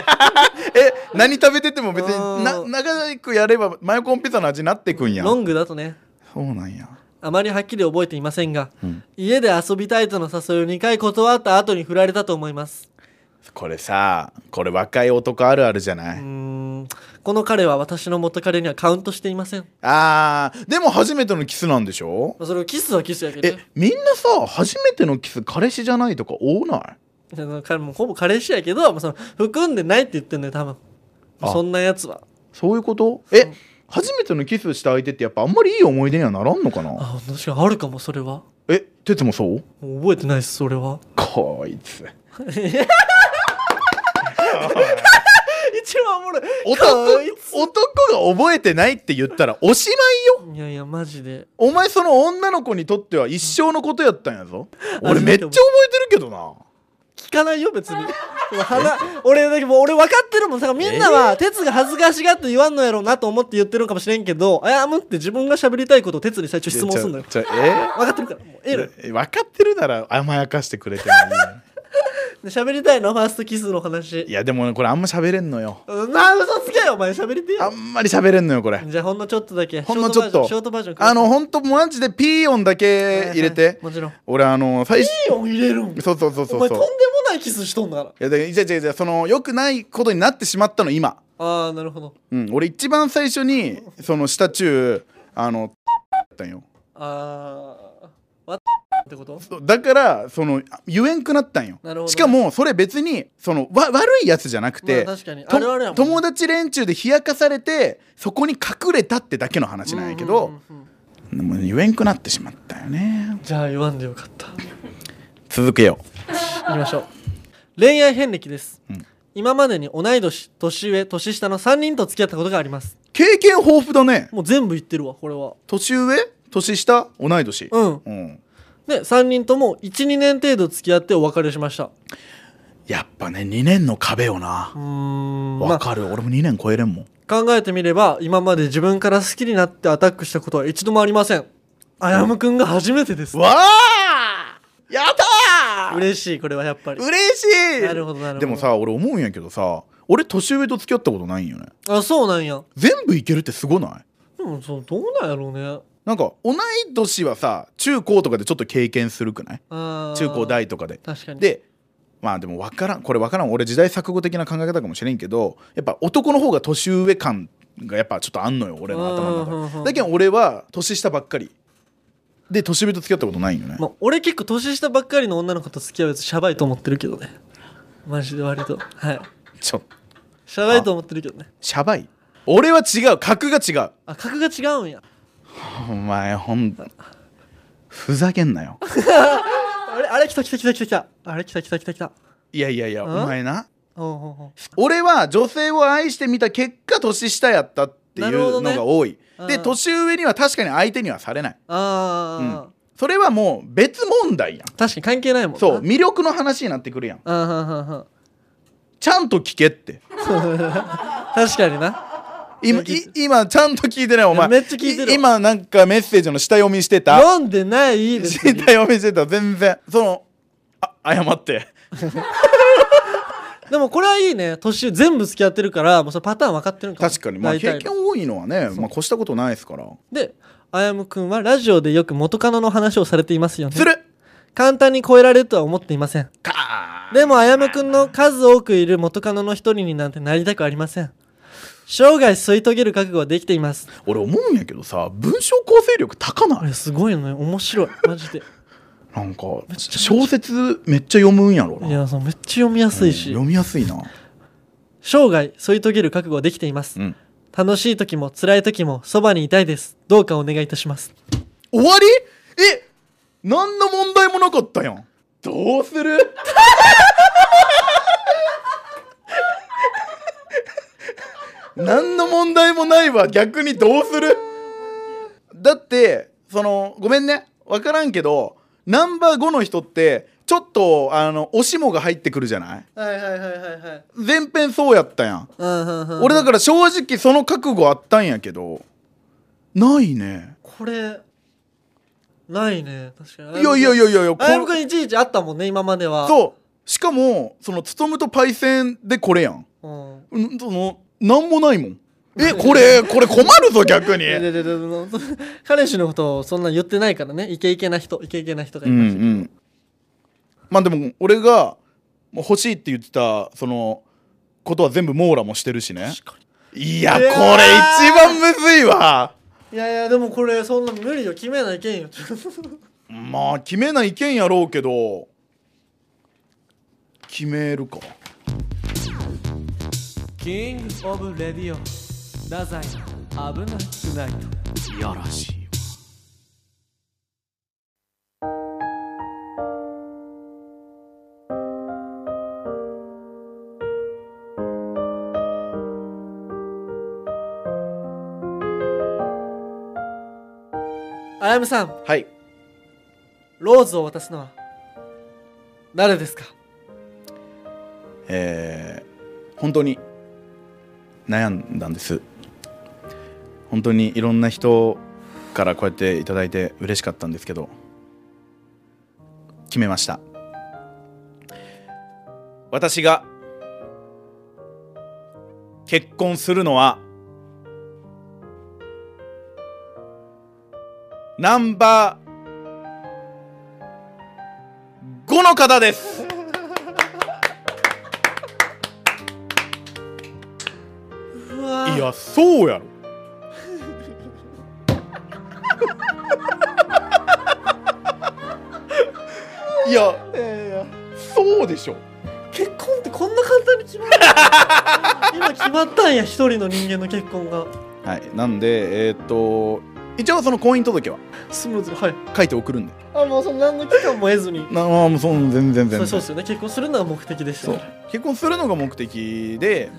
[SPEAKER 2] え何食べてても別
[SPEAKER 1] う
[SPEAKER 2] に
[SPEAKER 1] ん
[SPEAKER 2] な長くやればマヨコーンピザの味になってくんや
[SPEAKER 1] ロングだとね
[SPEAKER 2] そうなんや
[SPEAKER 1] あまりはっきり覚えていませんが、
[SPEAKER 2] うん
[SPEAKER 1] 家で遊びたいとの誘いを2回断った後に振られたと思います
[SPEAKER 2] これさこれ若い男あるあるじゃな
[SPEAKER 1] う
[SPEAKER 2] い、
[SPEAKER 1] ーんこの彼は私の元彼にはカウントしていませんま
[SPEAKER 2] あーでも初めてのキスなんでしょ
[SPEAKER 1] あそれをキスはキスやけど
[SPEAKER 2] え
[SPEAKER 1] ね
[SPEAKER 2] みんなさ初めてのキス彼氏じゃないとか多ない
[SPEAKER 1] いやその彼もほぼ彼氏やけど、まあ、その含んでないって言ってんのよ多分
[SPEAKER 2] あ
[SPEAKER 1] そんなやつは
[SPEAKER 2] そういうことえ初めてのキスした相手ってやっぱあんまりいい思い出にはならんのかな
[SPEAKER 1] あ確かにあるかもそれは
[SPEAKER 2] えてつもそう
[SPEAKER 1] もう覚えてないですそれは
[SPEAKER 2] こいつ
[SPEAKER 1] 一番おもろい
[SPEAKER 2] 男
[SPEAKER 1] こいつ
[SPEAKER 2] 男が覚えてないって言ったらおしまいよ
[SPEAKER 1] いやいやマジで
[SPEAKER 2] お前その女の子にとっては一生のことやったんやぞ
[SPEAKER 1] うん
[SPEAKER 2] 俺
[SPEAKER 1] あ
[SPEAKER 2] めっちゃ覚えてるけどな
[SPEAKER 1] 聞かないよ別 に鼻俺だけもう俺分かってるもんだからみんなは哲が恥ずかしがって言わんのやろうなと思って言ってるのかもしれんけどあやむって自分が喋りたいことを哲に最初質問すんのよ
[SPEAKER 2] ちょちょえ
[SPEAKER 1] 分かってるからもうええのよ
[SPEAKER 2] え分かってるなら甘やかしてくれてもい
[SPEAKER 1] で喋りたいのファーストキスの話
[SPEAKER 2] いいやでもねこれあんま喋れんのよ
[SPEAKER 1] うな嘘つけよお前喋りて
[SPEAKER 2] あ
[SPEAKER 1] よ
[SPEAKER 2] んまり喋れんのよこれ
[SPEAKER 1] じゃあほんのちょっとだけ
[SPEAKER 2] ほんのちょっと
[SPEAKER 1] ショートバージョンショートバージョンください
[SPEAKER 2] あのほんとマジでピー音だけ入
[SPEAKER 1] は
[SPEAKER 2] れ
[SPEAKER 1] いは
[SPEAKER 2] て
[SPEAKER 1] いもちろん
[SPEAKER 2] 俺あの最初
[SPEAKER 1] ピー音入れるん
[SPEAKER 2] そうそうそう
[SPEAKER 1] お
[SPEAKER 2] そう
[SPEAKER 1] 前とん
[SPEAKER 2] そう
[SPEAKER 1] でもないキスしとんだから
[SPEAKER 2] いやだからじゃあじゃあじゃあその良くないことになってしまったの今
[SPEAKER 1] ああなるほど
[SPEAKER 2] うん俺一番最初にそのした中あのだったんよ
[SPEAKER 1] ああわってこと
[SPEAKER 2] そうだからその言えんくなったんよ
[SPEAKER 1] なるほど
[SPEAKER 2] しかもそれ別にそのわ悪いやつじゃなくて、
[SPEAKER 1] まあ確かに
[SPEAKER 2] と
[SPEAKER 1] あるあるやもんね
[SPEAKER 2] 友達連中で冷やかされてそこに隠れたってだけの話なんやけど、
[SPEAKER 1] うんうんうん
[SPEAKER 2] もう言えんくなってしまったよね
[SPEAKER 1] じゃあ言わんでよかった
[SPEAKER 2] 続けよ
[SPEAKER 1] 行きましょう恋愛遍歴です、
[SPEAKER 2] うん
[SPEAKER 1] 今までに同い年年上年下の3人と付き合ったことがあります
[SPEAKER 2] う経験豊富だね
[SPEAKER 1] もう全部言ってるわこれは
[SPEAKER 2] 年上年下同い年
[SPEAKER 1] うん
[SPEAKER 2] うん
[SPEAKER 1] で3人とも12年程度付き合ってお別れしました
[SPEAKER 2] やっぱね2年の壁よな
[SPEAKER 1] うーんま
[SPEAKER 2] わ
[SPEAKER 1] あ
[SPEAKER 2] かる、俺も2年超えれんもん
[SPEAKER 1] 考えてみれば今まで自分から好きになってアタックしたことは一度もありませんあやむくんが初めてです
[SPEAKER 2] わあやったー
[SPEAKER 1] 嬉しいこれはやっぱり
[SPEAKER 2] 嬉しい
[SPEAKER 1] なるほどなるほど
[SPEAKER 2] でもさ俺思うんやけどさ俺年上と付き合ったことないんよね
[SPEAKER 1] あそうなんや
[SPEAKER 2] 全部いけるってすごない
[SPEAKER 1] でもそうどうなんやろうね
[SPEAKER 2] なんか同い年はさ中高とかでちょっと経験するくない
[SPEAKER 1] あー
[SPEAKER 2] 中高大とかで
[SPEAKER 1] 確かに
[SPEAKER 2] でまあでも分からんこれ分からん俺時代錯誤的な考え方かもしれんけどやっぱ男の方が年上感がやっぱちょっとあんのよ俺の頭
[SPEAKER 1] うんうん
[SPEAKER 2] の
[SPEAKER 1] うんう
[SPEAKER 2] 中
[SPEAKER 1] ん
[SPEAKER 2] でだけど俺は年下ばっかりで年上と付き合ったことないんよね
[SPEAKER 1] まあ、俺結構年下ばっかりの女の子と付き合うやつシャバいと思ってるけどねマジで割とはい
[SPEAKER 2] ちょ
[SPEAKER 1] シャバいと思ってるけどね
[SPEAKER 2] シャバい俺は違う格が違う
[SPEAKER 1] あ格が違うんや
[SPEAKER 2] お前ほんふざけんなよ
[SPEAKER 1] あれあれ来た来た来た来た来たあれ来た来た来た来た
[SPEAKER 2] いやいやいや
[SPEAKER 1] ん
[SPEAKER 2] お前な
[SPEAKER 1] おうおうおう
[SPEAKER 2] 俺は女性を愛してみた結果年下やったってい
[SPEAKER 1] なるほ
[SPEAKER 2] う
[SPEAKER 1] どね
[SPEAKER 2] のが多い、
[SPEAKER 1] うん
[SPEAKER 2] で年上には確かに相手にはされない
[SPEAKER 1] あー、
[SPEAKER 2] うんそれはもう別問題やん
[SPEAKER 1] 確かに関係ないもんな
[SPEAKER 2] そう魅力の話になってくるやん
[SPEAKER 1] あーはんはんはん
[SPEAKER 2] ちゃんと聞けって
[SPEAKER 1] 確かにな
[SPEAKER 2] 今い今ちゃんと聞いてないお前
[SPEAKER 1] いやめっちゃ聞いてるわ
[SPEAKER 2] 今なんかメッセージの下読みしてた
[SPEAKER 1] 読んでない別
[SPEAKER 2] 下
[SPEAKER 1] に
[SPEAKER 2] 読みしてた全然そのあ謝って
[SPEAKER 1] でもこれはいいね年上全部付き合ってるからもうそのパターン分かってるんかも
[SPEAKER 2] 確かにまあ
[SPEAKER 1] 大体
[SPEAKER 2] 経
[SPEAKER 1] の
[SPEAKER 2] 験多いのはね、まあ、越したことないですから
[SPEAKER 1] であやむくんはラジオでよく元カノの話をされていますよね
[SPEAKER 2] する
[SPEAKER 1] 簡単に超えられるとは思っていません
[SPEAKER 2] か
[SPEAKER 1] でもあやむくんの数多くいる元カノの一人になんてなりたくありません生涯吸い遂げる覚悟はできています
[SPEAKER 2] 俺思うんやけどさ文章構成力高
[SPEAKER 1] あ
[SPEAKER 2] ない
[SPEAKER 1] れすごいよね面白い マジで
[SPEAKER 2] なんか
[SPEAKER 1] ちゃ
[SPEAKER 2] 小説めっちゃ読むんやろない
[SPEAKER 1] やそうめっちゃ読みやすいし、
[SPEAKER 2] 読みやすいな
[SPEAKER 1] 生涯添い遂げる覚悟はできています、
[SPEAKER 2] うん
[SPEAKER 1] 楽しい時も辛い時もそばにいたいですどうかお願いいたします
[SPEAKER 2] 終わりえ何の問題もなかったやんどうする何の問題もないわ逆にどうするだってそのごめんね分からんけどナンバー5の人ってちょっとあのおしもが入ってくるじゃない
[SPEAKER 1] はいはいはいはいはい
[SPEAKER 2] 前編そうやったやん
[SPEAKER 1] うんうんうん
[SPEAKER 2] 俺だから正直その覚悟あったんやけどないね
[SPEAKER 1] これないね確かに
[SPEAKER 2] いやいやいやいやいやこ
[SPEAKER 1] あやむくんいちいちあったもんね今までは
[SPEAKER 2] そうしかもその勤とパイセンでこれやん
[SPEAKER 1] う、うん
[SPEAKER 2] んそのなんもないもんえこれこれ困るぞ逆に
[SPEAKER 1] いやいやいやいや彼氏のことをそんな言ってないからねイケイケな人イケイケな人が
[SPEAKER 2] う
[SPEAKER 1] い
[SPEAKER 2] んう
[SPEAKER 1] ました、
[SPEAKER 2] んまあでも俺がもう欲しいって言ってたそのことは全部網羅もしてるしね
[SPEAKER 1] 確か
[SPEAKER 2] いやこ
[SPEAKER 1] い
[SPEAKER 2] れ
[SPEAKER 1] やー
[SPEAKER 2] 一番むずいわ
[SPEAKER 1] にいやいやでもこれそんな無理よ決めないけんよ
[SPEAKER 2] まあ決めないけんやろうけど決めるか
[SPEAKER 3] キングオブレディオ太宰の危なくないと
[SPEAKER 2] よろしい
[SPEAKER 1] あやむさん
[SPEAKER 2] はい
[SPEAKER 1] ローズを渡すのは誰ですか
[SPEAKER 2] えー本当に悩んだんです本当にいろんな人からこうやっていただいて嬉しかったんですけど決めました私が結婚するのはナンバー5の方です
[SPEAKER 1] うわー
[SPEAKER 2] いやそ うやろいや
[SPEAKER 1] いやいや
[SPEAKER 2] そうでしょ
[SPEAKER 1] 結婚ってこんな簡単に決まる今決まったんや一人の人間の結婚が
[SPEAKER 2] はいなんでえーっと一応その婚姻届は
[SPEAKER 1] スムーズにはい
[SPEAKER 2] 書いて送るんで
[SPEAKER 1] あもうその何の期間も得ずに
[SPEAKER 2] なあもうそん全然全
[SPEAKER 1] そ
[SPEAKER 2] 然
[SPEAKER 1] うそうですよね結婚するのは目的でした
[SPEAKER 2] そう
[SPEAKER 1] ね
[SPEAKER 2] 結婚するのが目的で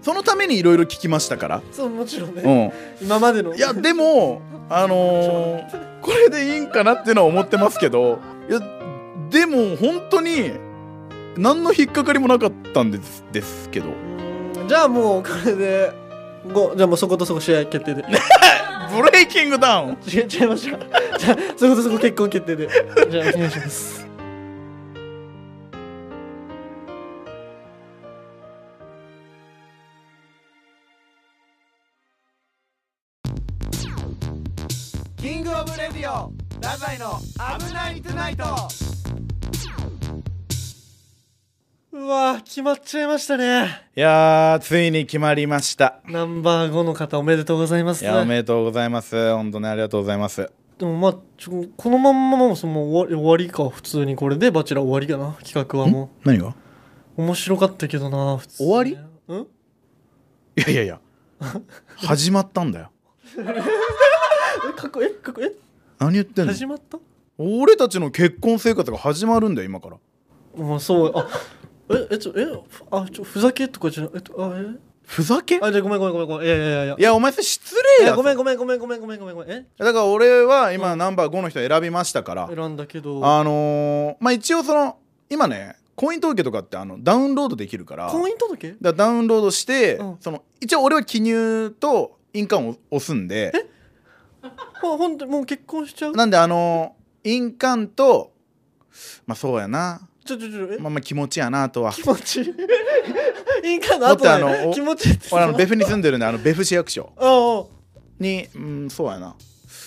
[SPEAKER 2] そのためにいろいろ聞きましたから
[SPEAKER 1] そうもちろんね、
[SPEAKER 2] うん
[SPEAKER 1] 今までの
[SPEAKER 2] いやでもあのーこれでいいんかなっていうのは思ってますけどいやでも本当に何の引っかかりもなかったんですですけど
[SPEAKER 1] うーんじゃあもうこれでごじゃあもうそことそこ試合決定で
[SPEAKER 2] ブレイキングダウン
[SPEAKER 1] 違う違いました じゃあそことそこ結婚決定でじゃあお願いします
[SPEAKER 3] キングオブレディオ太宰の危ないトゥナイト
[SPEAKER 1] うわー決まっちゃいましたね
[SPEAKER 2] いやーついに決まりました
[SPEAKER 1] ナンバー5の方おめでとうございます
[SPEAKER 2] いやおめでとうございます本当にありがとうございます
[SPEAKER 1] でもまあちょこのまんまもうその終わり終わりか普通にこれでバチェラー終わりかな企画はも
[SPEAKER 2] 何が
[SPEAKER 1] う面白かったけどな普通に
[SPEAKER 2] 終わり
[SPEAKER 1] うん
[SPEAKER 2] いやいやいや始まったんだよ
[SPEAKER 1] えかっこえかっこえ
[SPEAKER 2] 何言ってんの
[SPEAKER 1] 始まった
[SPEAKER 2] 俺たちの結婚生活が始まるんだよ今から
[SPEAKER 1] まあそうあええちょえふあちょふざけとかじゃなえっとあえ
[SPEAKER 2] ふざけ
[SPEAKER 1] あじゃあごめんごめんごめんごめんいやいやいやいや
[SPEAKER 2] いやお前それ失
[SPEAKER 1] い
[SPEAKER 2] 礼だ
[SPEAKER 1] や
[SPEAKER 2] ぞ
[SPEAKER 1] ごめんごめんごめんごめんごめんごめんごめんえ
[SPEAKER 2] だから俺は今、ナンバー5の人選びましたから、
[SPEAKER 1] 選んだけど
[SPEAKER 2] あのーまあ一応その今ね婚姻届とかってあのダウンロードできるから
[SPEAKER 1] 婚姻届
[SPEAKER 2] だからダウンロードして、
[SPEAKER 1] うん
[SPEAKER 2] その一応俺は記入と印鑑を押すんで
[SPEAKER 1] あほんともう結婚しちゃう
[SPEAKER 2] なんであのー印鑑とまあそうやな
[SPEAKER 1] ちょちょちょえ
[SPEAKER 2] まあまあ気持ちやなあとは
[SPEAKER 1] 気持ちい い印鑑の後
[SPEAKER 2] だってあ
[SPEAKER 1] は
[SPEAKER 2] のお
[SPEAKER 1] 気持ちいいって
[SPEAKER 2] 俺あの
[SPEAKER 1] あ
[SPEAKER 2] 別府に住んでるんであの別府市役所
[SPEAKER 1] あ
[SPEAKER 2] にうんそうやな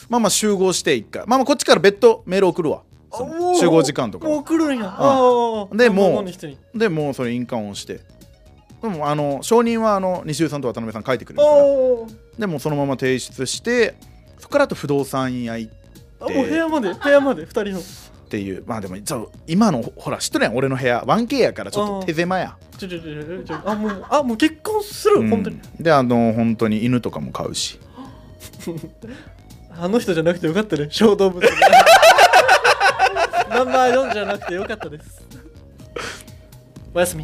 [SPEAKER 2] まあまあ集合して一回まあまあこっちから別途メール送るわその集合時間とかは
[SPEAKER 1] もう来るんやああ
[SPEAKER 2] でもう
[SPEAKER 1] う人に
[SPEAKER 2] でもうそれ印鑑を押してでもあの承認はあの西尾さんと渡辺さん書いてくれるから
[SPEAKER 1] おー
[SPEAKER 2] でもうそのまま提出してそこからあと不動産屋行
[SPEAKER 1] あお
[SPEAKER 2] で
[SPEAKER 1] 部屋まで部屋まで二人の
[SPEAKER 2] っていうまあでもちょ今のほら知っとるやん俺の部屋 1K やからちょっ
[SPEAKER 1] うん
[SPEAKER 2] と手狭や、
[SPEAKER 1] ちょちょちょちょちょあもうあもう結婚する、
[SPEAKER 2] うん
[SPEAKER 1] 本当に
[SPEAKER 2] であの本当に犬とかも飼うし
[SPEAKER 1] あの人じゃなくてよかった ね小動物 ナンバー4じゃなくてよかったですおやすみ